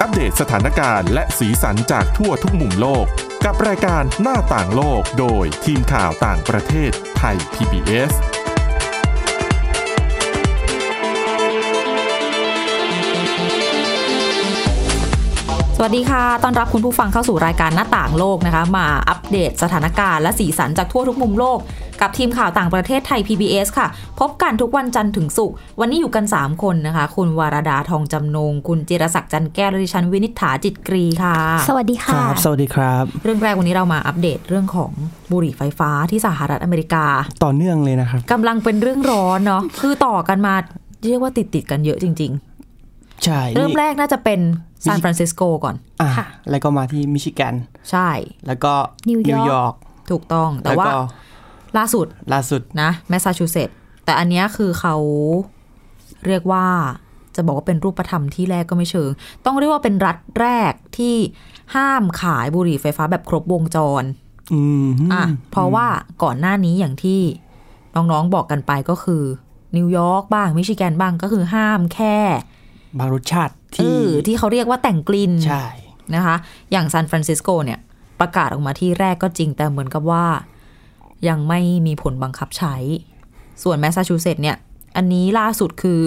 อัปเดตสถานการณ์และสีสันจากทั่วทุกมุมโลก กับรายการหน้าต่างโลกโดยทีมข่าวต่างประเทศไทย PBS สวัสดีค่ะ ต้อนรับคุณผู้ฟังเข้าสู่รายการหน้าต่างโลกนะคะ มาอัปเดตสถานการณ์และสีสันจากทั่วทุกมุมโลก กับทีมข่าวต่างประเทศไทย PBS ค่ะ พบกันทุกวันจันทร์ถึงศุกร์ วันนี้อยู่กัน 3 คนนะคะ คุณวารดาทองจำนง คุณจิรศักดิ์จันแก้วและดิฉันวินิษฐาจิตกรีค่ะ สวัสดี ค ค่ะ รับ สวัสดีครับ เรื่องแรกวันนี้เรามาอัปเดตเรื่องของบุหรี่ไฟฟ้าที่สหรัฐอเมริกา ต่อเนื่องเลยนะครับ กำลังเป็นเรื่องร้อนเนาะ คือต่อกันมาเรียกว่าติดติดๆกันเยอะจริง ใช่ ๆ เริ่มแร นี่ กน่าจะเป็นซานฟรานซิสโกก่อน อ่ะ ค่ะ แล้วก็มาที่มิชิแกน ใช่ แล้วก็ นิวยอร์ก ก ถูกต้อง แต่ แล้ว ว่า ก็ ล่าสุด ล่าสุด นะแมสซาชูเซตส์แต่อันเนี้ยคือเขาเรียกว่าจะบอกว่าเป็นรูปธรรมที่แรกก็ไม่เชิง ต้องเรียกว่าเป็นรัฐแรกที่ห้ามขายบุหรี่ไฟฟ้าแบบครบวงจร อืม อ่ะเพราะว่าก่อนหน้านี้อย่างที่น้องๆบอกกันไปก็คือ นิวยอร์กบ้าง มิชิแกนบ้างก็คือห้ามแค่ บางรสชาติ เอ ที่ อที่เขาเรียกว่าแต่งกลิ่น ใช่ นะคะอย่างซานฟรานซิสโกเนี่ยประกาศออกมาที่แรกก็จริง แต่เหมือนกับว่า ยังไม่มีผลบังคับใช้ ส่วนแมสซาชูเซตส์เนี่ย อันนี้ล่าสุดคือ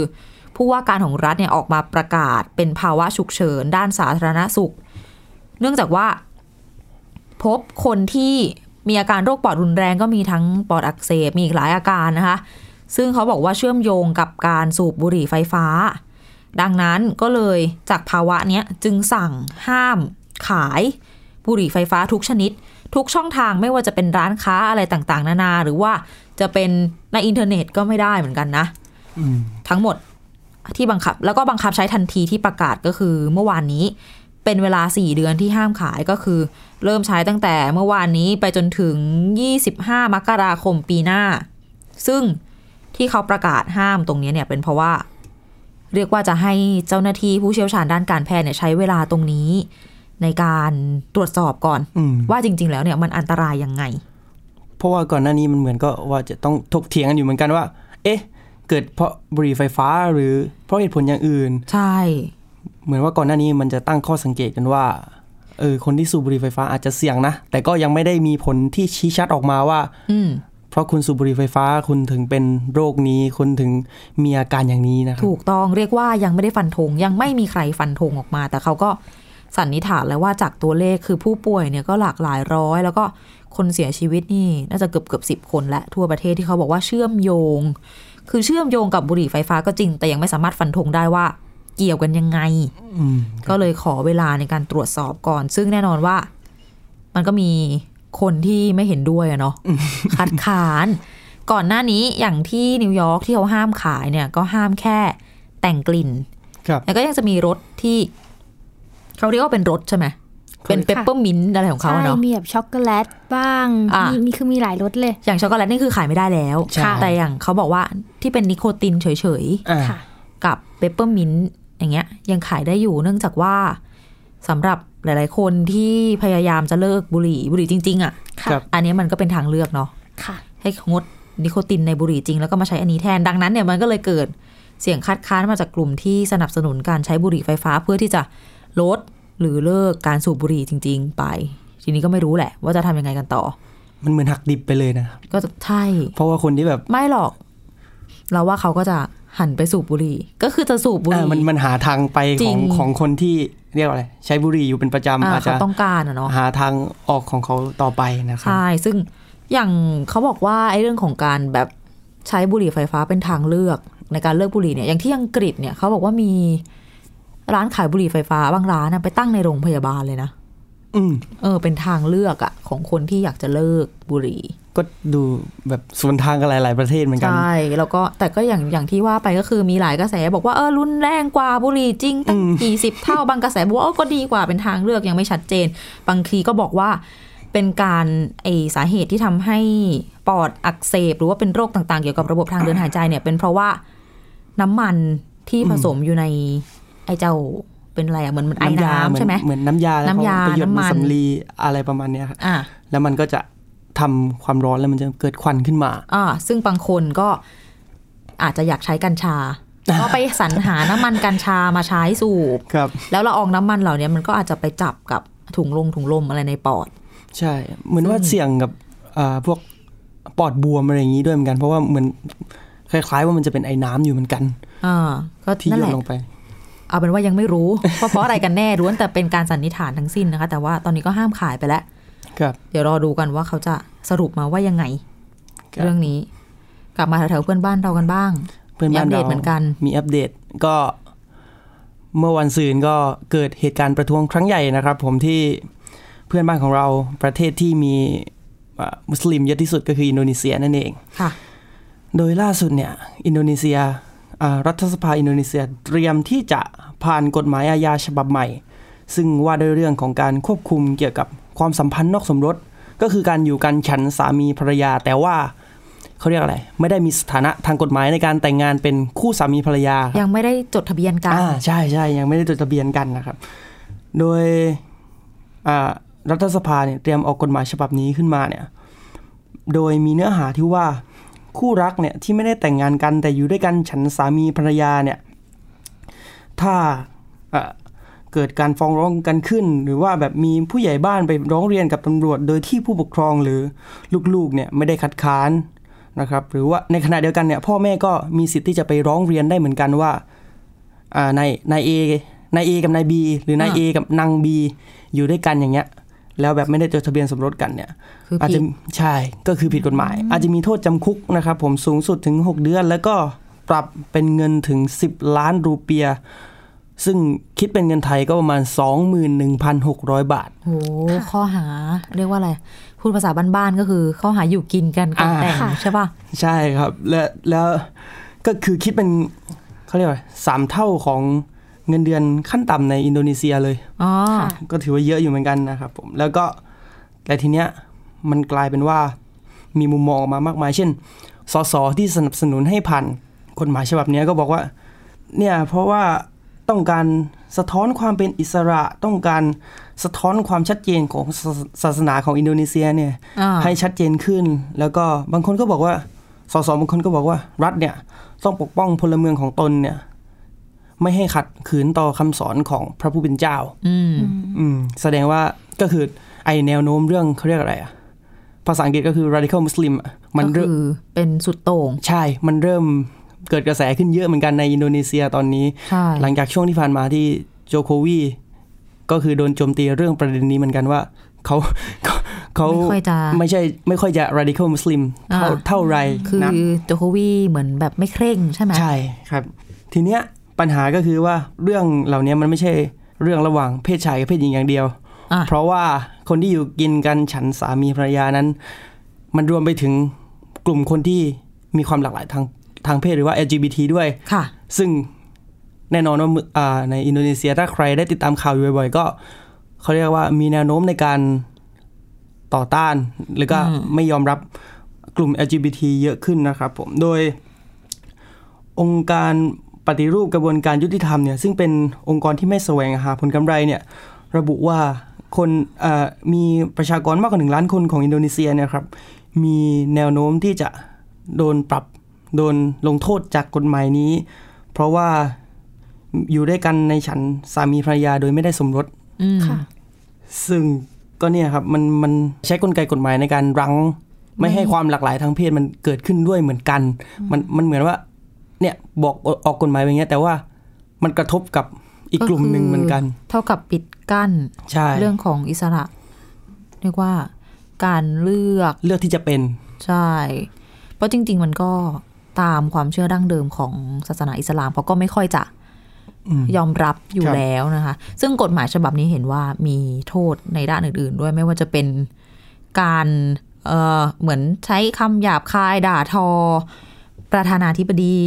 ผู้ว่าการของรัฐเนี่ยออกมาประกาศเป็นภาวะฉุกเฉินด้านสาธารณสุข เนื่องจากว่า พบคนที่มีอาการโรคปอดรุนแรงก็มีทั้งปอดอักเสบมีอีกหลายอาการนะคะ ซึ่งเขาบอกว่าเชื่อมโยงกับการสูบบุหรี่ไฟฟ้า ดังนั้นก็เลยจากภาวะเนี้ยจึงสั่งห้ามขายบุหรี่ไฟฟ้าทุกชนิด ทุกช่องทางไม่ว่าจะเป็นร้านค้าอะไรต่างๆ นานา หรือว่าจะเป็นในอินเทอร์เน็ตก็ไม่ได้เหมือนกันนะ อืม ทั้งหมดที่บังคับ แล้วก็บังคับใช้ทันทีที่ประกาศก็คือเมื่อวานนี้ เป็นเวลา 4 เดือนที่ห้ามขายก็คือ เริ่มใช้ตั้งแต่เมื่อวานนี้ไปจนถึง 25 มกราคมปีหน้า ซึ่งที่เขาประกาศห้ามตรงนี้เนี่ยเป็นเพราะว่า เรียกว่าจะให้เจ้าหน้าที่ผู้เชี่ยวชาญด้านการแพทย์เนี่ยใช้เวลาตรงนี้ ในการตรวจสอบก่อน อืม ว่าจริง ๆ แล้วเนี่ยมันอันตรายยังไง เพราะว่าก่อนหน้านี้มันเหมือนก็ว่าจะต้องถกเถียงกันอยู่เหมือนกันว่า เอ๊ะ เกิดเพราะบุหรี่ไฟฟ้าหรือเพราะเหตุผลอย่างอื่น ใช่ เหมือนว่าก่อนหน้านี้มันจะตั้งข้อสังเกตกันว่า เออ คนที่สูบบุหรี่ไฟฟ้าอาจจะเสี่ยงนะ แต่ก็ยังไม่ได้มีผลที่ชี้ชัดออกมาว่า อืม เพราะคุณสูบบุหรี่ไฟฟ้าคุณถึงเป็นโรคนี้คุณถึงมีอาการอย่างนี้นะครับ ถูกต้องเรียกว่ายังไม่ได้ฟันธงยังไม่มีใครฟันธงออกมา แต่เขาก็สันนิษฐานแล้วว่าจากตัวเลขคือผู้ป่วยเนี่ยก็หลากหลายร้อย แล้วก็คนเสียชีวิตนี่น่าจะเกือบเกือบสิบคนและทั่วประเทศที่เขาบอกว่าเชื่อมโยง คือเชื่อมโยงกับบุหรี่ไฟฟ้าก็จริง แต่ยังไม่สามารถฟันธงได้ว่าเกี่ยวกันยังไง อืม ก็เลยขอเวลาในการตรวจสอบก่อน ซึ่งแน่นอนว่า มันก็มีคนที่ไม่เห็นด้วยอะเนาะคัดค้าน ก่อนหน้านี้อย่างที่นิวยอร์กที่เขาห้ามขายเนี่ย ก็ห้ามแค่แต่งกลิ่น ครับ แล้วก็ยังจะมีรถที่ เขาเรียกว่าเป็นรถใช่ไหม เป็นเปปเปอร์มินต์อะไรของเขา ใช่ อะเนาะ มีแบบช็อกโกแลตบ้าง อ่ะ มีมีคือมีหลายรสเลย อย่างช็อกโกแลตนี่คือขายไม่ได้แล้ว ใช่ แต่อย่างเขาบอกว่าที่เป็นนิโคตินเฉย ๆ อ่า ค่ะ กับเปปเปอร์มินต์อย่างเงี้ยยังขายได้อยู่เนื่องจากว่าสำหรับหลาย ๆ คนที่พยายามจะเลิกบุหรี่บุหรี่จริง ๆอะ่ะ ครับ อันเนี้ยมันก็เป็นทางเลือกเนาะ ค่ะ ให้งดนิโคตินในบุหรี่จริง แล้วก็มาใช้อันนี้แทนดังนั้นเนี่ยมันก็เลยเกิดเสียงคัดค้านมาจากกลุ่มที่สนับสนุนการใช้บุหรี่ไฟฟ้าเพื่อที่จะลดหรือเลิกการสูบบุหรี่จริง ๆ ไป ทีนี้ก็ไม่รู้แหละ ว่าจะทำยังไงกันต่อ มันเหมือนหักดิบไปเลยนะ ก็จะใช่ เพราะว่าคนที่แบบ ไม่หรอก เราว่าเขาก็จะหันไปสูบบุหรี่ ก็คือจะสูบบุห อ่า รี่ มันมันหาทางไป จ ข ริ อง งของคนที่เรียกว่าอะไร ใช้บุหรี่อยู่เป็นประจำ อ่า อาจ เขา จะ ต้องการอะเนาะ หาทางออกของเขาต่อไปนะครับ ใช่ ซึ่งอย่างเขาบอกว่าไอ้เรื่องของการแบบใช้บุหรี่ไฟฟ้าเป็นทางเลือกในการเลิกบุหรี่เนี่ย อย่างที่อังกฤษเนี่ยเขาบอกว่ามีร้านขายบุหรี่ไฟฟ้าบางร้านนะไปตั้งในโรงพยาบาลเลยนะ อืม เออ เป็นทางเลือกอะของคนที่อยากจะเลิกบุหรี่ ก็ดูแบบสวนทางกับหลาย ๆ ประเทศเหมือนกัน ใช่ แล้วก็แต่ก็อย่างอย่างที่ว่าไปก็คือมีหลายกระแสบอกว่าเออรุนแรงกว่าบุหรี่จริงตั้งกี่สิบ เท่า บางกระแสบอกว่าเออก็ดีกว่าเป็นทางเลือกยังไม่ชัดเจน บางทีก็บอกว่าเป็นการไอสาเหตุที่ทำให้ปอดอักเสบ หรือว่าเป็นโรคต่างๆ เกี่ยวกับระบบทางเดินหายใจเนี่ยเป็นเพราะว่าน้ำมันที่ผสมอยู่ในไอเจ้าเป็นอะไรอะเหมือนเหมือนไอน้ำ เมืน ใช่ไหม เหมือนน้ำยาแล้ว น้ำยา เขไปหยด น้ำมัน สำลีอะไรประมาณเนี้ยครับ อ่ะ แล้วมันก็จะทำความร้อนแล้วมันจะเกิดควันขึ้นมา อ่าซึ่งบางคนก็อาจจะอยากใช้กัญชา ก็ไปสรรหาน้ำมันกัญชามาใช้สูบ ครับ แล้วละอองน้ำมันเหล่านี้มันก็อาจจะไปจับกับถุงลมถุงลมอะไรในปอด ใช่ เหมือนว่าเสี่ยงกับอ่าพวกปอดบวมอะไรอย่างนี้ด้วยเหมือนกัน เพราะว่าเหมือนคล้ายๆว่ามันจะเป็นไอ้น้ำอยู่เหมือนกัน อ่า ก็ ที่ นั่ โย นแห น ละ ลงไป เอาเป็นว่ายังไม่รู้ ว่าเพราะอะไรกันแน่ร้วนแต่เป็นการสันนิษฐานทั้งสิ้นนะคะ แต่ว่าตอนนี้ก็ห้ามขายไปแล้ว ครับ เดี๋ยวรอดูกันว่าเขาจะสรุปมาว่ายังไง ครับ เรื่องนี้ กลับมาแถวๆเพื่อนบ้านเรากันบ้าง เพื่อนบ้าน มีอัปเดต เรา เหมือนกัน มีอัปเดตก็เมื่อวันซืนก็เกิดเหตุการณ์ประท้วงครั้งใหญ่นะครับ ผมที่เพื่อนบ้านของเราประเทศที่มีอ่ามุสลิมเยอะที่สุดก็คืออินโดนีเซียนั่นเอง ค่ะ โดยล่าสุดเนี่ยอินโดนีเซียอ่ารัฐสภาอินโดนีเซียเตรียมที่จะผ่านกฎหมายอาญาฉบับใหม่ ซึ่งว่าด้วยเรื่องของการควบคุมเกี่ยวกับความสัมพันธ์นอกสมรส ก็คือการอยู่กันฉันสามีภรรยา แต่ว่าเขาเรียกอะไร ไม่ได้มีสถานะทางกฎหมายในการแต่งงานเป็นคู่สามีภรรยาครับ ยังไม่ได้จดทะเบียนกัน อ่าใช่ใช่ยังไม่ได้จดทะเบียนกันนะครับ โดยอ่ารัฐสภาเนี่ยเตรียมออกกฎหมายฉบับนี้ขึ้นมาเนี่ยโดยมีเนื้อหาที่ว่าคู่รักเนี่ยที่ไม่ได้แต่งงานกันแต่อยู่ด้วยกันฉันสามีภรรยาเนี่ยถ้าเอ่อเกิดการฟ้องร้องกันขึ้น หรือว่าแบบมีผู้ใหญ่บ้านไปร้องเรียนกับตำรวจ โดยที่ผู้ปกครองหรือลูกๆเนี่ยไม่ได้คัดค้านนะครับหรือว่าในขณะเดียวกันเนี่ยพ่อแม่ก็มีสิทธิ์ที่จะไปร้องเรียนได้เหมือนกันว่า อ่านายนายเอนายเอกับนายบีหรือนาย อ่า เอกับนางบีอยู่ด้วยกันอย่างเงี้ย แล้วแบบไม่ได้จดทะเบียนสมรสกันเนี่ย คือ อาจ ผิ จะ ด ใช่ก็คือผิดกฎหมาย อาจจะมีโทษจำคุกนะครับผมสูงสุดถึง 6 เดือน แล้วก็ปรับเป็นเงินถึง 10 ล้านรูเปีย ซึ่งคิดเป็นเงินไทยก็ประมาณ 21,600 บาท โอ้โหข้อหา เรียกว่าอะไร พูดภาษาบ้านๆก็คือ ข้อหาอยู่กินกันก่อน อ่า แต่ง ค่ะ ใช่ป่ะ ใช่ครับและแล้วก็คือคิดเป็นเขาเรียกว่าสามเท่าของเงินเดือนขั้นต่ำในอินโดนีเซียเลย อ๋อ ค่ะ ก็ถือว่าเยอะอยู่เหมือนกันนะครับผมแล้วก็แต่ทีเนี้ยมันกลายเป็นว่ามีมุมมองออกมามากมาย เช่นสสที่สนับสนุนให้ผ่านกฎหมายฉบับเนี้ยก็บอกว่าเนี่ยเพราะว่าต้องการสะท้อนความเป็นอิสระต้องการสะท้อนความชัดเจนของศาศาสนาของอินโดนีเซียเนี่ย อ่า ให้ชัดเจนขึ้น แล้วก็บางคนก็บอกว่าสสบางคนก็บอกว่ารัฐเนี่ยต้องปกป้องพลเมืองของตนเนี่ยไม่ให้ขัดขืนต่อคำสอนของพระผู้เป็นเจ้า อืม อืมแสดงว่าก็คือไอแนวโน้มเรื่องเขาเรียกอะไรอะภาษาอังกฤษก็คือ radical muslim อะมัน ก็ เริ่ม คือเป็นสุดโต่ง ใช่ มันเริ่มเกิดกระแสขึ้นเยอะเหมือนกันในอินโดนีเซียตอนนี้ ใช่ หลังจากช่วงที่ผ่านมาที่โจโควี ก็คือโดนโจมตีเรื่องประเด็นนี้เหมือนกันว่าเขาเขาเขา ไม่ค่อยจะ ไม่ใช่ไม่ค่อยจะ radical muslim เท่า อ่า เท่าไหร คือ นะ โจโควีเหมือนแบบไม่เคร่งใช่ไหม ใช่ครับ ทีเนี้ยปัญหาก็คือว่าเรื่องเหล่านี้มันไม่ใช่เรื่องระหว่างเพศชายกับเพศหญิงอย่างเดียว อ่ะ เพราะว่าคนที่อยู่กินกันฉันสามีภรรยานั้น มันรวมไปถึงกลุ่มคนที่มีความหลากหลายทางทางเพศหรือว่า LGBT ด้วย ค่ะ ซึ่งแน่นอนว่ามึอ่าในอินโดนีเซียถ้าใครได้ติดตามข่าวอยู่บ่อยๆ ก็เขาเรียกว่ามีแนวโน้มในการต่อต้าน หรือก็ อืม ไม่ยอมรับกลุ่ม LGBT เยอะขึ้นนะครับผม โดยองค์การปฏิรูปกระบวนการยุติธรรมเนี่ยซึ่งเป็นองค์กรที่ไม่แสวงหาผลกำไรเนี่ยระบุว่าคนเอ่อมีประชากรมากกว่าหนึ่งล้านคนของอินโดนีเซียเนี่ยครับมีแนวโน้มที่จะโดนปรับ โดนลงโทษจากกฎหมายนี้ เพราะว่าอยู่ด้วยกันในฉันสามีภรรยาโดยไม่ได้สมรส อืม ค่ะ ซึ่งก็เนี่ยครับมันมันใช้กลไกกฎหมายในการรั้ง ไม่ให้ความหลากหลายทางเพศมันเกิดขึ้นด้วยเหมือนกัน มันมันเหมือนว่า เนี่ยบอกออกกฎหมายแบบเนี้ย แต่ว่ามันกระทบกับอีกกลุ่มหนึ่งเหมือนกัน เท่ากับปิดกั้น ใช่ เรื่องของอิสระ เรียกว่าการเลือก เลือกที่จะเป็น ใช่ เพราะจริง ๆ มันก็ตามความเชื่อดั้งเดิมของศาสนาอิสลามเขาก็ไม่ค่อยจะ อืม ยอมรับอยู่ ครับ แล้วนะคะ ซึ่งกฎหมายฉบับนี้เห็นว่ามีโทษในด้านอื่น ๆ ด้วยไม่ว่าจะเป็นการเอ่อเหมือนใช้คำหยาบคายด่าทอ ประธานาธิบดี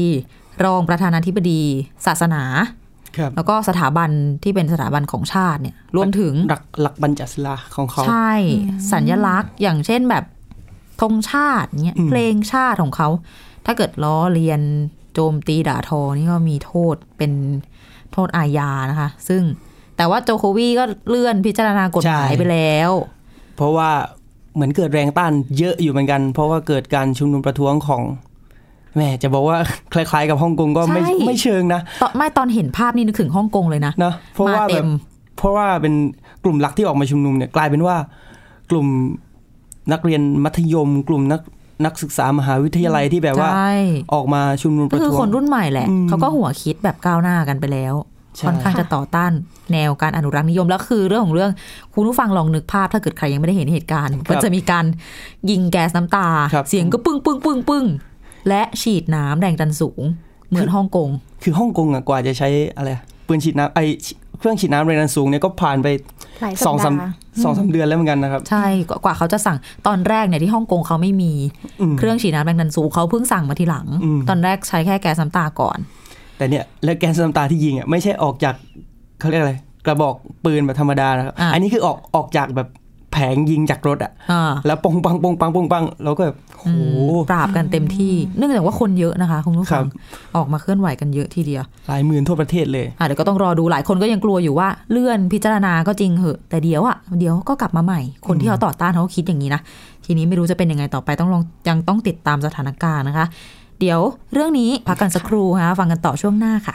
รองประธานาธิบดี ศาสนา ครับ แล้วก็สถาบันที่เป็นสถาบันของชาติเนี่ยรวมถึง หลักหลักบัญญัติศิลาของเขา ใช่ สัญลักษณ์อย่างเช่นแบบธงชาติเนี่ย อืม เพลงชาติของเขา ถ้าเกิดล้อเลียนโจมตีด่าทอนี่ก็มีโทษเป็นโทษอาญานะคะ ซึ่งแต่ว่าโจโควีก็เลื่อนพิจารณากฎหมายไปแล้ว เพราะว่าเหมือนเกิดแรงต้านเยอะอยู่เหมือนกัน เพราะว่าเกิดการชุมนุมประท้วงของ แหมจะบอกว่า คล้าย ๆ กับฮ่องกงก็ไม่ ใช่ ไม่เชิงนะ ตอนไม่ตอนเห็นภาพนี่นึกถึงฮ่องกงเลยนะ นะเพราะ มา ว่า เต็ แบบ ม เพราะว่าเป็นกลุ่มหลักที่ออกมาชุมนุมเนี่ยกลายเป็นว่ากลุ่มนักเรียนมัธยม กลุ่มนักนักศึกษามหาวิทยาลัยที่แบบว่า ใช่ ออกมาชุมนุมป ก็ ระ คือ ท้ว ค ง นรุ่นใหม่แหละ อืม เขาก็หัวคิดแบบก้าวหน้ากันไปแล้ว ใช่ ค่อนข้างจะต่อต้านแนวการอนุรักษ์นิยม แล้วคือเรื่องของเรื่องคุณผู้ฟังลองนึกภาพถ้าเกิดใครยังไม่ได้เห็นเหตุการณ์ ก็จะมีการยิงแก๊สน้ำตา ครับ เสียงก็ปึ้งปึ้งปึ้งปึ้งและฉีดน้ำแรงดันสูง เหมือนฮ่องกง คือฮ่องกงอะกว่าจะใช้อะไรอะปืนฉีดน้ำไอเครื่องฉีดน้ำแรงดันสูงเนี่ยก็ผ่านไป หลาย ส สั อง ป สาม ดาห์ สองสามเดือนแล้วเหมือนกันนะครับ ใช่กว่ากว่าเขาจะสั่งตอนแรกเนี่ยที่ฮ่องกงเขาไม่มี อืม เครื่องฉีดน้ำแรงดันสูงเขาเพิ่งสั่งมาทีหลัง อืม ตอนแรกใช้แค่แก๊สน้ำตาก่อน แต่เนี่ยและแก๊สน้ำตาที่ยิงอ่ะไม่ใช่ออกจากเขาเรียกอะไร กระบอกปืนแบบธรรมดานะครับ อ่ะ อันนี้คือออกออกจากแบบแผงยิงจากรถอ่ะ อ่า แล้วปองปังปองปังปองปังแล้วก็แบบโห ปราบกันเต็มที่ เนื่องจากว่าคนเยอะนะคะคุณผู้ ครั ฟัง บ ออกมาเคลื่อนไหวกันเยอะทีเดียว หลายหมื่นทั่วประเทศเลย อ่ะเดี๋ยวก็ต้องรอดูหลายคนก็ยังกลัวอยู่ว่าเลื่อนพิจารณาก็จริงเหอะ แต่เดี๋ยวอ่ะเดี๋ยวก็กลับมาใหม่ คนที่เขาต่อต้านเขาก็คิดอย่างนี้นะ ทีนี้ไม่รู้จะเป็นยังไงต่อไปต้องลองยังต้องติดตามสถานการณ์นะคะ เดี๋ยวเรื่องนี้พักกันสักครู่นะคะฟังกันต่อช่วงหน้าค่ะ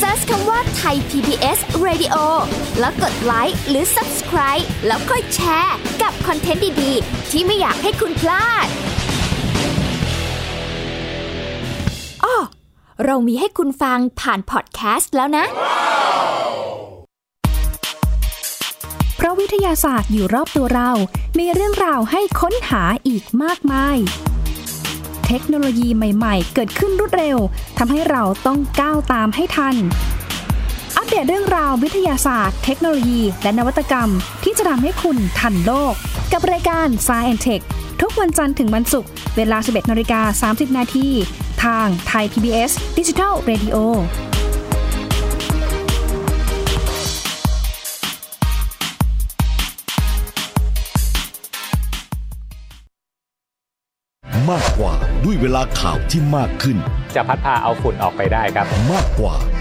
Search คำว่าไทย PBS Radio แล้วกดไลค์หรือ Subscribe แล้วค่อยแชร์ กับคอนเทนต์ดี ๆ ที่ไม่อยากให้คุณพลาดอ้อเรามีให้คุณฟังผ่านพอดแคสต์แล้วนะ เพราะวิทยาศาสตร์อยู่รอบตัวเรา มีเรื่องราวให้ค้นหาอีกมากมาย เทคโนโลยีใหม่ ๆ เกิดขึ้นรวดเร็ว ทำให้เราต้องก้าวตามให้ทัน อัปเดตเรื่องราววิทยาศาสตร์ เทคโนโลยี และนวัตกรรม ที่จะทำให้คุณทันโลก กับรายการ Science Tech ทุกวันจันทร์ถึงวันศุกร์ เวลา 11นาฬิกา30 นาที ทางไทย PBS Digital Radio มากกว่าด้วยเวลาข่าวที่มากขึ้น จะพัดพาเอาฝุ่นออกไปได้ครับ มากกว่า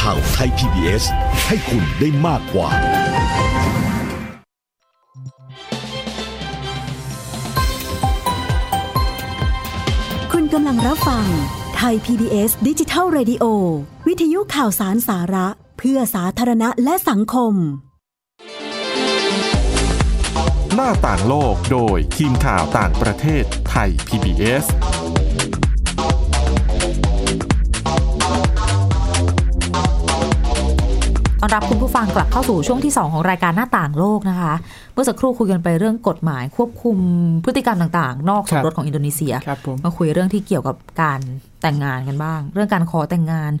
ข่าวไทย PBS ให้คุณได้มากกว่า คุณกำลังรับฟังไทย PBS ดิจิทัล Radio วิทยุข่าวสารสาระ เพื่อสาธารณะและสังคม หน้าต่างโลกโดยทีมข่าวต่างประเทศไทย PBS ต้อนรับคุณผู้ฟังกลับเข้าสู่ช่วงที่ 2 ของรายการหน้าต่างโลกนะคะ เมื่อสักครู่คุยกันไปเรื่องกฎหมายควบคุมพฤติกรรมต่างๆ นอกสมรสของอินโดนีเซีย ครับผม มาคุยเรื่องที่เกี่ยวกับการแต่งงานกันบ้าง เรื่องการขอแต่งงาน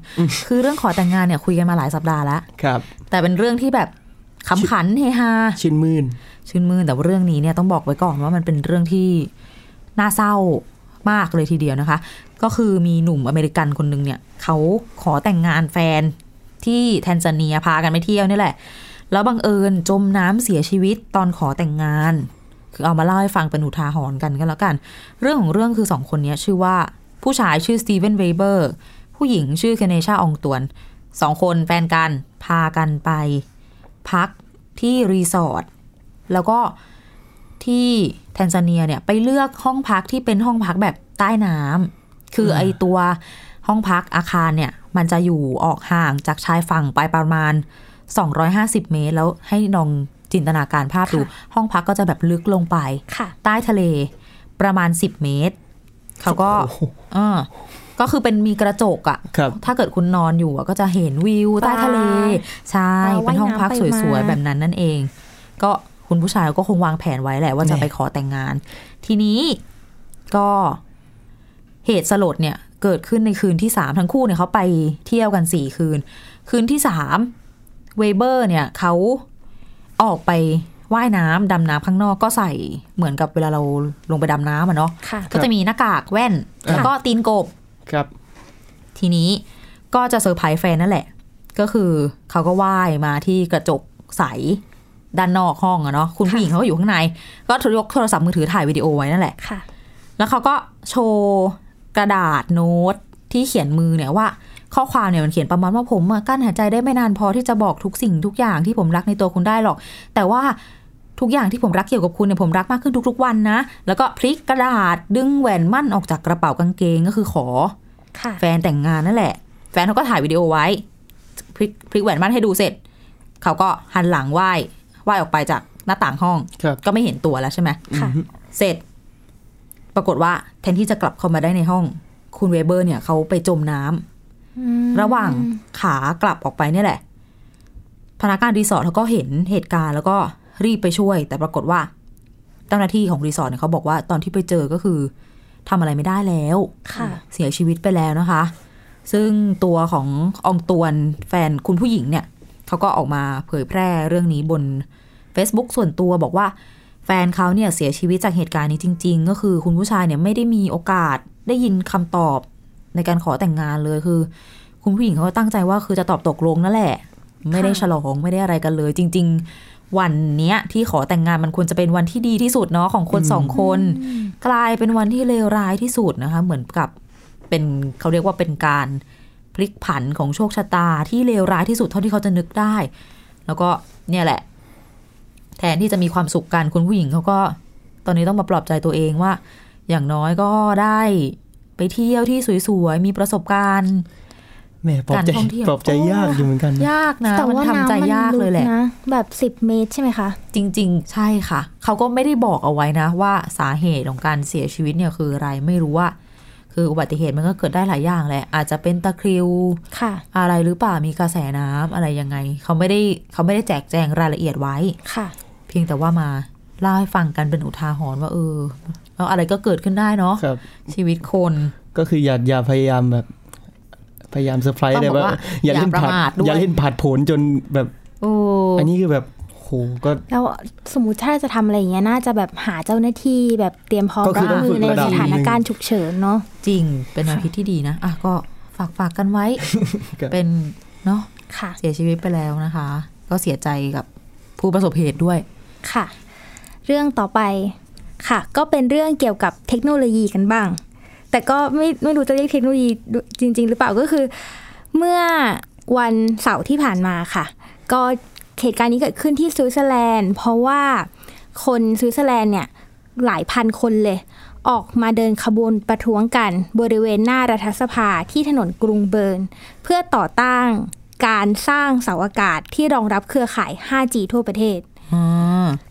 คือเรื่องขอแต่งงานเนี่ยคุยกันมาหลายสัปดาห์แล้ว ครับ แต่เป็นเรื่องที่แบบขำขันเฮฮา ชื่นมื่น ชื่นมืนแต่ว่าเรื่องนี้เนี่ยต้องบอกไว้ก่อนว่ามันเป็นเรื่องที่น่าเศร้ามากเลยทีเดียวนะคะ ก็คือมีหนุ่มอเมริกันคนหนึ่งเนี่ยเขาขอแต่งงานแฟนที่แทนซาเนียพากันไปเที่ยวนี่แหละ แล้วบังเอิญจมน้ำเสียชีวิตตอนขอแต่งงาน คือเอามาเล่าให้ฟังเป็นอุทาหรณ์กันก็แล้วกัน เรื่องของเรื่องคือสองคนเนี้ยชื่อว่าผู้ชายชื่อสตีเวนเวเบอร์ผู้หญิงชื่อเคเนชาอองตวนสองคนแฟนกันพากันไป พักที่รีสอร์ทแล้วก็ที่แทนซาเนียเนี่ยไปเลือกห้องพักที่เป็นห้องพักแบบใต้น้ำคือไอตัวห้องพักอาคารเนี่ย มันจะอยู่ออกห่างจากชายฝั่งไปประมาณ 250 เมตร แล้วให้นองจินตนาการภาพดู ห้องพักก็จะแบบลึกลงไป ค่ะ ใต้ทะเลประมาณสิบเมตร เขาก็เออ ก็คือเป็นมีกระจกอะ ครับ ถ้าเกิดคุณนอนอยู่อะก็จะเห็นวิวใต้ทะเล ใช่ ปลา เป็นห้องพัก ว่ายน้ำไป สวย มา ๆ แบบนั้นนั่นเอง ก็คุณผู้ชายก็คงวางแผนไว้แหละว่าจะ แน่ ไปขอแต่งงาน ทีนี้ก็เหตุสลดเนี่ยเกิดขึ้นในคืนที่สามทั้งคู่เนี่ยเขาไปเที่ยวกันสี่คืน คืนที่สามเวเบอร์เนี่ยเขาออกไปว่ายน้ำดำน้ำข้างนอกก็ใส่เหมือนกับเวลาเราลงไปดำน้ำอะเนาะ ค่ะ ก็จะมีหน้ากากแว่น แล้วก็ตีนกบ ครับ ทีนี้ก็จะเซอร์ไพรส์แฟนนั่นแหละ ก็คือเขาก็ว่ายมาที่กระจกใส ด้านนอกห้องอะเนาะคุณผู้หญิงเขาก็อยู่ข้างใน ก็ยกโทรศัพท์มือถือถ่ายวิดีโอไว้นั่นแหละ ค่ะ แล้วเขาก็โชว์กระดาษโน้ตที่เขียนมือเนี่ยว่าข้อความเนี่ยมันเขียนประมาณว่าผมอะกั้นหายใจได้ไม่นานพอที่จะบอกทุกสิ่งทุกอย่างที่ผมรักในตัวคุณได้หรอก แต่ว่าทุกอย่างที่ผมรักเกี่ยวกับคุณเนี่ยผมรักมากขึ้นทุก ๆ วันนะ แล้วก็พลิกกระดาษดึงแหวนมั่นออกจากกระเป๋ากางเกงก็คือขอ ค่ะ แฟนแต่งงานนั่นแหละ แฟนเขาก็ถ่ายวิดีโอไว้พลิกพลิกแหวนมั่นให้ดูเสร็จ เขาก็หันหลังไหว้ไหว้ออกไปจากหน้าต่างห้อง ครับ ก็ไม่เห็นตัวแล้วใช่ไหม ค่ะ เสร็จ ปรากฏว่าแทนที่จะกลับเข้ามาได้ในห้อง คุณเวเบอร์เนี่ยเขาไปจมน้ำระหว่างขากลับออกไปเนี่ยแหละ พนักงานรีสอร์ทเขาก็เห็นเหตุการณ์แล้วก็รีบไปช่วย แต่ปรากฏว่าเจ้าหน้าที่ของรีสอร์ทเนี่ยเขาบอกว่าตอนที่ไปเจอก็คือทำอะไรไม่ได้แล้ว ค่ะ เสียชีวิตไปแล้วนะคะ ซึ่งตัวของอองตวนแฟนคุณผู้หญิงเนี่ยเขาก็ออกมาเผยแพร่เรื่องนี้บน Facebook ส่วนตัวบอกว่า แฟนเขาเนี่ยเสียชีวิตจากเหตุการณ์นี้จริง ๆ ก็คือคุณผู้ชายเนี่ยไม่ได้มีโอกาสได้ยินคำตอบในการขอแต่งงานเลยคือ คุณผู้หญิงเขาก็ตั้งใจว่าคือจะตอบตกลงนั่นแหละ ไม่ได้ฉลองไม่ได้อะไรกันเลย จริง ๆ วันเนี้ยที่ขอแต่งงานมันควรจะเป็นวันที่ดีที่สุดเนาะของคนสองคน กลายเป็นวันที่เลวร้ายที่สุดนะคะ เหมือนกับ เป็นเขาเรียกว่าเป็นการพลิกผันของโชคชะตาที่เลวร้ายที่สุดเท่าที่เขาจะนึกได้ แล้วก็เนี่ยแหละ แทนที่จะมีความสุขกันคุณผู้หญิงเขาก็ ตอนนี้ต้องมาปลอบใจตัวเองว่า อย่างน้อยก็ได้ไปเที่ยวที่สวยๆ มีประสบการณ์ แหม่ปลอบใจ การท่องเที่ยว ปลอบใจยากอยู่เหมือนกันนะ ยากนะ แต่ มัน ว่า ทำ น้ำ ใจ มัน ยากเลยแหละ นะแบบสิบเมตรใช่ไหมคะ จริง ๆ ใช่ค่ะ เขาก็ไม่ได้บอกเอาไว้นะว่าสาเหตุของการเสียชีวิตเนี่ยคืออะไรไม่รู้ว่า คืออุบัติเหตุมันก็เกิดได้หลายอย่างแหละ อาจจะเป็นตะคริว ค่ะ อะไรหรือเปล่ามีกระแสน้ำอะไรยังไง เขาไม่ได้เขาไม่ได้แจกแจงรายละเอียดไว้ ค่ะ เพียงแต่ว่ามาเล่าให้ฟังกันเป็นอุทาหรณ์ว่าเออแล้วอะไรก็เกิดขึ้นได้เนาะ ครับ ชีวิตคน ก็คืออย่าอย่าพยายามแบบ พยายามเซอร์ไพรส์อะไรว่าอย่าเล่น ประ ผาด มาทด้ว อย่าย เล่นผาดโผนจนแบบ โอ้ อันนี้คือแบบโหก็ แล้วสมมติถ้าจะทำอะไรอย่างเงี้ยน่าจะแบบหาเจ้าหน้าที่แบบเตรียมพร้อม ก็คือต้ รั อบงมื ฝึ อก ใน ระดับ สถา ห น นึ่ง การณ์ฉุกเฉินเนาะ จริงเป็นแนวคิดที่ดีนะอ่ะก็ฝากฝากกันไว้ ครับ เป็นเนาะ ค่ะ เสียชีวิตไปแล้วนะคะ ก็เสียใจกับผู้ประสบเหตุด้วย ค่ะ เรื่องต่อไปค่ะ ก็เป็นเรื่องเกี่ยวกับเทคโนโลยีกันบ้าง แต่ก็ไม่ไม่รู้จะเรียกเทคโนโลยีจริง ๆ หรือเปล่าก็คือ เมื่อวันเสาร์ที่ผ่านมาค่ะ ก็เหตุการณ์นี้เกิดขึ้นที่สวิตเซอร์แลนด์ เพราะว่าคนสวิตเซอร์แลนด์เนี่ยหลายพันคนเลย ออกมาเดินขบวนประท้วงกัน บริเวณหน้ารัฐสภาที่ถนนกรุงเบิร์น เพื่อต่อต้านการสร้างเสาอากาศที่รองรับเครือข่าย 5G ทั่วประเทศ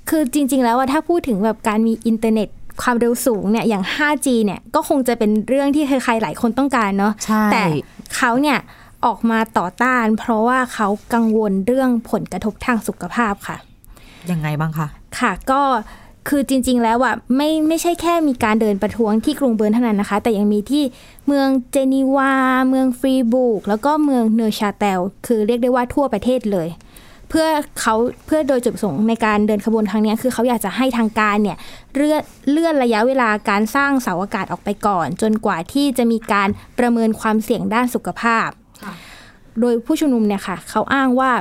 คือจริง ๆ แล้วว่าถ้าพูดถึงแบบการมีอินเทอร์เน็ตความเร็วสูงเนี่ยอย่าง 5G เนี่ยก็คงจะเป็นเรื่องที่ใครๆหลายคนต้องการเนาะ ใช่ แต่เขาเนี่ยออกมาต่อต้าน เพราะว่าเขากังวลเรื่องผลกระทบทางสุขภาพค่ะ ยังไงบ้างคะ ค่ะก็คือจริง ๆ แล้วอ่ะไม่ไม่ใช่แค่มีการเดินประท้วงที่กรุงเบิร์นเท่านั้นนะคะ แต่ยังมีที่เมืองเจนีวา เมืองฟรีบูร์กแล้วก็เมืองเนอร์ชาเตลคือเรียกได้ว่าทั่วประเทศเลย เพื่อเขาเพื่อโดยจุดประสงค์ในการเดินขบวนครั้งเนี้ยคือเขาอยากจะให้ทางการเนี่ยเลื่อนเลื่อนระยะเวลาการสร้างเสาอากาศออกไปก่อน จนกว่าที่จะมีการประเมินความเสี่ยงด้านสุขภาพ โดยผู้ชุมนุมเนี่ยค่ะเขาอ้างว่า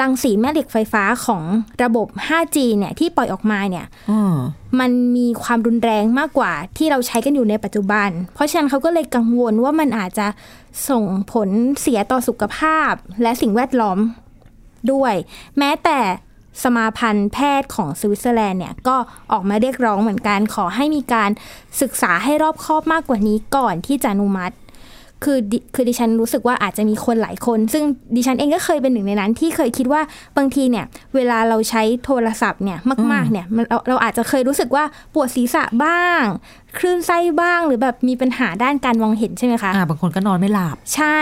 รังสีแม่เหล็กไฟฟ้าของระบบ 5G เนี่ยที่ปล่อยออกมาเนี่ย อืม มันมีความรุนแรงมากกว่าที่เราใช้กันอยู่ในปัจจุบัน เพราะฉะนั้นเขาก็เลยกังวลว่ามันอาจจะส่งผลเสียต่อสุขภาพและสิ่งแวดล้อมด้วย แม้แต่สมาพันธ์แพทย์ของสวิตเซอร์แลนด์เนี่ยก็ออกมาเรียกร้องเหมือนกันขอให้มีการศึกษาให้รอบคอบมากกว่านี้ก่อนที่จะอนุมัติ คือดิคือดิฉันรู้สึกว่าอาจจะมีคนหลายคน ซึ่งดิฉันเองก็เคยเป็นหนึ่งในนั้น ที่เคยคิดว่าบางทีเนี่ย เวลาเราใช้โทรศัพท์เนี่ยมาก ๆ เนี่ยมันเราเราอาจจะเคยรู้สึกว่าปวดศีรษะบ้าง คลื่นไส้บ้างหรือแบบมีปัญหาด้านการมองเห็นใช่ไหมคะ อ่าบางคนก็นอนไม่หลับ ใช่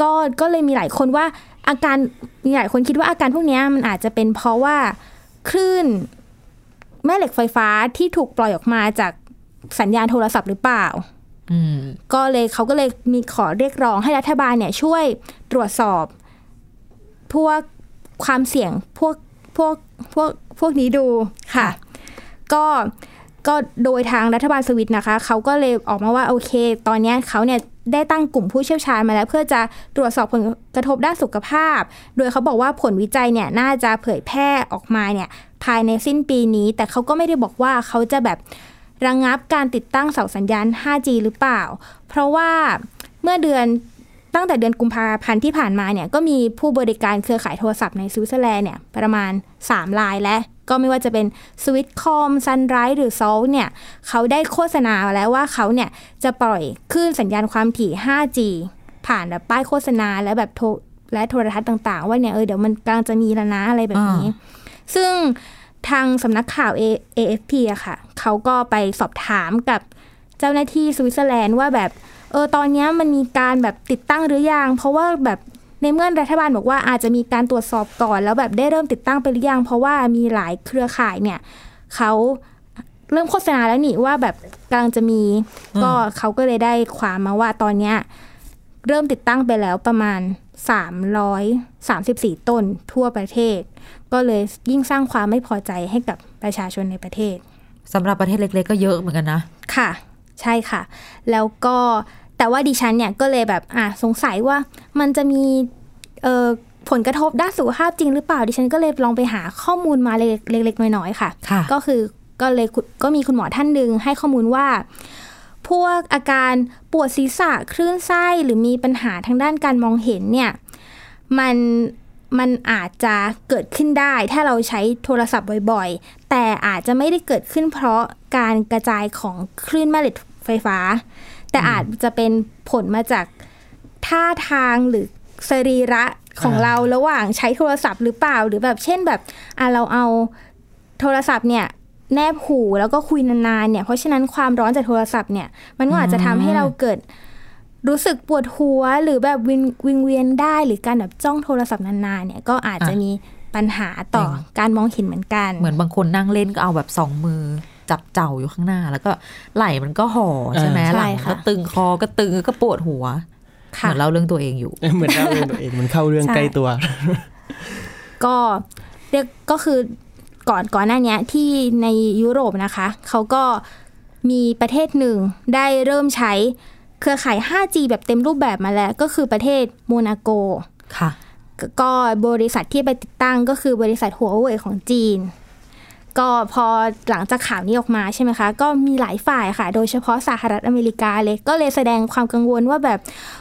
ก็ ก็เลยมีหลายคนว่าอาการ มีหลายคนคิดว่าอาการพวกเนี้ยมันอาจจะเป็นเพราะว่าคลื่นแม่เหล็กไฟฟ้าที่ถูกปล่อยออกมาจากสัญญาณโทรศัพท์หรือเปล่า อืม ก็เลยเขาก็เลยมีขอเรียกร้องให้รัฐบาลเนี่ยช่วยตรวจสอบพวกความเสี่ยงพวกพวกพวกพวกนี้ดูค่ะ ก็ก็โดยทางรัฐบาลสวิตนะคะ เขาก็เลยออกมาว่าโอเค ตอนเนี้ยเขาเนี่ยได้ตั้งกลุ่มผู้เชี่ยวชาญมาแล้ว เพื่อจะตรวจสอบผลกระทบด้านสุขภาพ โดยเขาบอกว่าผลวิจัยเนี่ยน่าจะเผยแพร่ออกมาเนี่ยภายในสิ้นปีนี้ แต่เขาก็ไม่ได้บอกว่าเขาจะแบบ ระงงับการติดตั้งเสาสัญญาณ 5G หรือเปล่า เพราะว่าเมื่อเดือนตั้งแต่เดือนกุมภาพันธ์ที่ผ่านมาเนี่ยก็มีผู้บริการเครือข่ายโทรศัพท์ในสวิตเซอร์แลนด์เนี่ยประมาณ 3 รายและ ก็ไม่ว่าจะเป็นสวิตคอมซันไร s ์หรือซอลเนี่ยเขาได้โฆษณามาแล้วว่าเขาเนี่ยจะปล่อยคลื่นสัญญาณความถี่ 5G ผ่านแบบป้ายโฆษณาและแบบโทรและโทรทัศน์ต่างๆ ว่าเนี่ยเออเดี๋ยวมันกำลังจะมีแล้วนะอะไรแบบนี้ ซึ่ง ทางสำนักข่าว A- AFP อะค่ะ เขาก็ไปสอบถามกับเจ้าหน้าที่สวิตเซอร์แลนด์ว่าแบบเออตอนเนี้ยมันมีการแบบติดตั้งหรือยัง เพราะว่าแบบในเมื่อรัฐบาลบอกว่าอาจจะมีการตรวจสอบก่อน แล้วแบบได้เริ่มติดตั้งไปหรือยัง เพราะว่ามีหลายเครือข่ายเนี่ยเขาเริ่มโฆษณาแล้วนี่ว่าแบบกำลังจะมี ก็เขาก็เลยได้ความมาว่าตอนเนี้ยเริ่มติดตั้งไปแล้วประมาณ 334 ต้นทั่วประเทศ ก็เลยยิ่งสร้างความไม่พอใจให้กับประชาชนในประเทศ สำหรับประเทศเล็กๆก็เยอะเหมือนกันนะ ค่ะ ใช่ค่ะ แล้วก็แต่ว่าดิฉันเนี่ยก็เลยแบบอ่ะสงสัยว่ามันจะมีเอ่อผลกระทบด้านสุขภาพจริงหรือเปล่าดิฉันก็เลยลองไปหาข้อมูลมาเล็กๆเล็กๆน้อยๆค่ะ ค่ะ ก็คือก็เลยคุก็มีคุณหมอท่านหนึ่งให้ข้อมูลว่า พวกอาการปวดศีรษะคลื่นไส้หรือมีปัญหาทางด้านการมองเห็นเนี่ยมันมันอาจจะเกิดขึ้นได้ ถ้าเราใช้โทรศัพท์บ่อยๆ แต่อาจจะไม่ได้เกิดขึ้นเพราะการกระจายของคลื่นแม่เหล็กไฟฟ้า แต่อาจจะเป็นผลมาจากท่าทางหรือสรีระของเราระหว่างใช้โทรศัพท์หรือเปล่าหรือแบบเช่นแบบอ่ะเราเอา โทรศัพท์เนี่ยแนบหูแล้วก็คุยนานๆเนี่ยเพราะฉะนั้นความร้อนจากโทรศัพท์เนี่ยมันก็อาจจะทำให้เราเกิดรู้สึกปวดหัวหรือแบบวิงวิงเวียนได้หรือการแบบจ้องโทรศัพท์นานๆเนี่ยก็อาจจะ อ่ะ มีปัญหาต่อการมองเห็นเหมือนกัน เหมือนบางคนนั่งเล่นก็เอาแบบสองมือ จับเจ้าอยู่ข้างหน้า แล้วก็ไหล่มันก็ห่อใช่ไหม เออ หลัง ใช่ ก็ ค่ะ ตึงคอก็ตึงก็ปวดหัว เห ค่ะ มือนเล่าเรื่องตัวเองอยู่ เหมือนเล่าเรื่องตัวเองเหมันเข้าเรื่อง ใช่ ใกล้ตัว ก็เรียกก็คือก่อนก่อนหน้าเนี้ยที่ในยุโรปนะคะเขาก็มีประเทศหนึ่งได้เริ่มใช้เครือข่าย 5G แบบเต็มรูปแบบมาแล้วก็คือประเทศโมนาโก ค่ะ ก็บริษัทที่ไปติดตั้งก็คือบริษัทหัวเว่ยของจีน ก็พอหลังจากข่าวนี้ออกมาใช่ไหมคะ ก็มีหลายฝ่ายค่ะ โดยเฉพาะสหรัฐอเมริกาเลย ก็เลยแสดงความกังวลว่าแบบ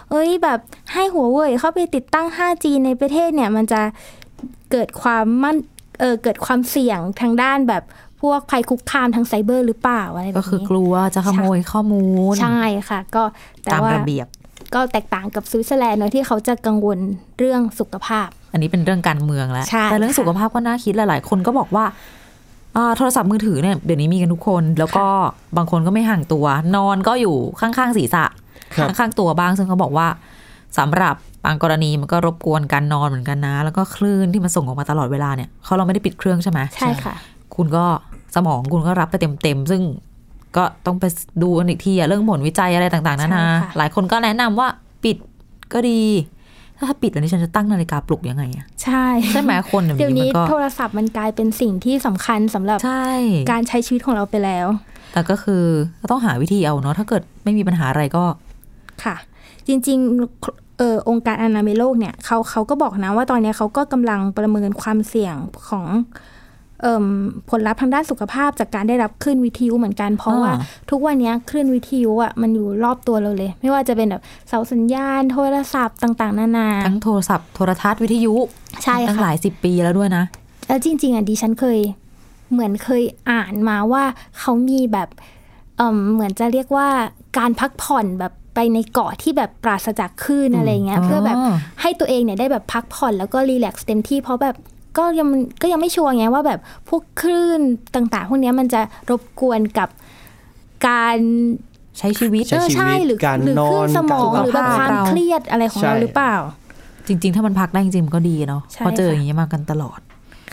เอ้ยแบบให้หัวเว่ยเข้าไปติดตั้ง 5G ในประเทศเนี่ย มันจะเกิดความมั่นเออเกิดความเสี่ยงทางด้านแบบพวกภัยคุกคามทางไซเบอร์หรือเปล่าอะไรแบบนี้ ก็คือกลัวจะขโมยข้อมูล ใช่ค่ะ ก็แต่ ตาม ว่า ระเบียบ ก็แตกต่างกับสวิตเซอร์แลนด์เนอะที่เขาจะกังวลเรื่องสุขภาพ อันนี้เป็นเรื่องการเมืองแล้ว ใช่ แต่เรื่อง ค่ะ สุขภาพก็น่าคิดหลาย ๆ คนก็บอกว่าอ่าโทรศัพท์มือถือเนี่ยเดี๋ยวนี้มีกันทุกคน แล้วก็บางคนก็ไม่ห่างตัว นอนก็อยู่ข้าง ๆ ศีรษะ ครับ ข้าง ๆ ตัวบ้าง ซึ่งเขาบอกว่าสำหรับบางกรณีมันก็รบกวนการนอนเหมือนกันนะ แล้วก็คลื่นที่มันส่งออกมาตลอดเวลาเนี่ยเขาเราไม่ได้ปิดเครื่องใช่ไหม ใช่ค่ะ คุณก็สมองคุณก็รับไปเต็ม ๆ ซึ่งก็ต้องไปดูกันอีกทีอะเรื่องผลวิจัยอะไรต่าง ๆ นานา ใช่ค่ะ หลายคนก็แนะนำว่าปิดก็ดี ถ้าปิดแล้วนี่ฉันจะตั้งนาฬิกาปลุกยังไงอะ ใช่ ใช่ไหมคนเดี๋ เดี๋ ย ยว ว นี้ นี้ มันก็ โทรศัพท์มันกลายเป็นสิ่งที่สำคัญสำหรับ ใช่ การใช้ชีวิตของเราไปแล้ว แต่ก็คือก็ต้องหาวิธีเอาเนาะถ้าเกิดไม่มีปัญหาอะไรก็ ค่ะ จริงๆเออองค์การอนามัยโลกเนี่ยเขาเขาก็บอกนะว่าตอนเนี้ยเขาก็กำลังประเมินความเสี่ยงของเอิ่มผลลัพธ์ทางด้านสุขภาพจากการได้รับคลื่นวิทยุเหมือนกัน เพราะว่า อ่า ทุกวันเนี้ยคลื่นวิทยุอ่ะมันอยู่รอบตัวเราเลย ไม่ว่าจะเป็นแบบเสาสัญญาณ โทรศัพท์ต่างๆ นานา ทั้งโทรศัพท์โทรทัศน์วิทยุ ใช่ ตั้งห ค่ะ ลายสิบปีแล้วด้วยนะ แล้วจริงๆอ่ะดิฉันเคยเหมือนเคยอ่านมาว่าเขามีแบบเอ่มเหมือนจะเรียกว่าการพักผ่อนแบบ ไปในเกาะที่แบบปราศจากคลื่นอะไรเงี้ยเพื่อแบบให้ตัวเองเนี่ยได้แบบพักผ่อนแล้วก็รีแลกซ์เต็มที่เพราะแบบก็ยังก็ยังไม่ชัวร์ไงว่าแบบพวกคลื่นต่างๆ พวกเนี้ยมันจะรบกวนกับการ ใช้ชีวิต ใช้ เออ ชีใช่วิตหรือ การ หรือคลื่น นอน สมอง การ หรือแบบความ สุขภาพเรา เครียดอะไรของ ใช่ เราหรือเปล่า จริง ๆ ถ้ามันพักได้จริงๆมันก็ดีเนาะ ใช่ เพราะเจอ ค่ะ อย่างนี้ยมากันตลอด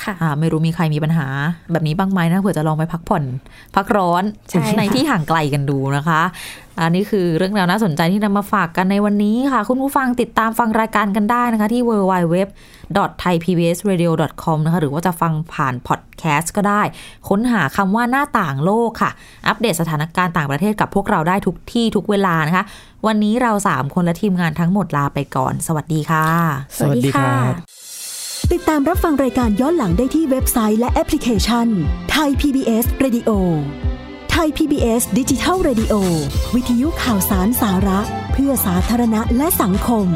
ค่ะ อ่าไม่รู้มีใครมีปัญหา แบบนี้บ้างไหมนะเผื่อจะลองไปพักผ่อน พักร้อน ใช่ค่ะ ในที่ห่างไกลกันดูนะคะ อันนี้คือเรื่องราวน่าสนใจที่นำมาฝากกันในวันนี้ค่ะ คุณผู้ฟังติดตามฟังรายการกันได้นะคะ ที่ www.thaipbsradio.com นะคะ หรือว่าจะฟังผ่านพอดแคสต์ก็ได้ ค้นหาคำว่าหน้าต่างโลกค่ะ อัปเดตสถานการณ์ต่างประเทศกับพวกเราได้ทุกที่ทุกเวลานะคะ วันนี้เราสามคนและทีมงานทั้งหมดลาไปก่อน สวัสดีค่ะ สวัสดีครับ ติดตามรับฟังรายการย้อนหลังได้ที่เว็บไซต์และแอปพลิเคชันไทย PBS Radio ไทย PBS ดิจิทัล Radio วิทยุข่าวสารสาระ เพื่อสาธารณะและสังคม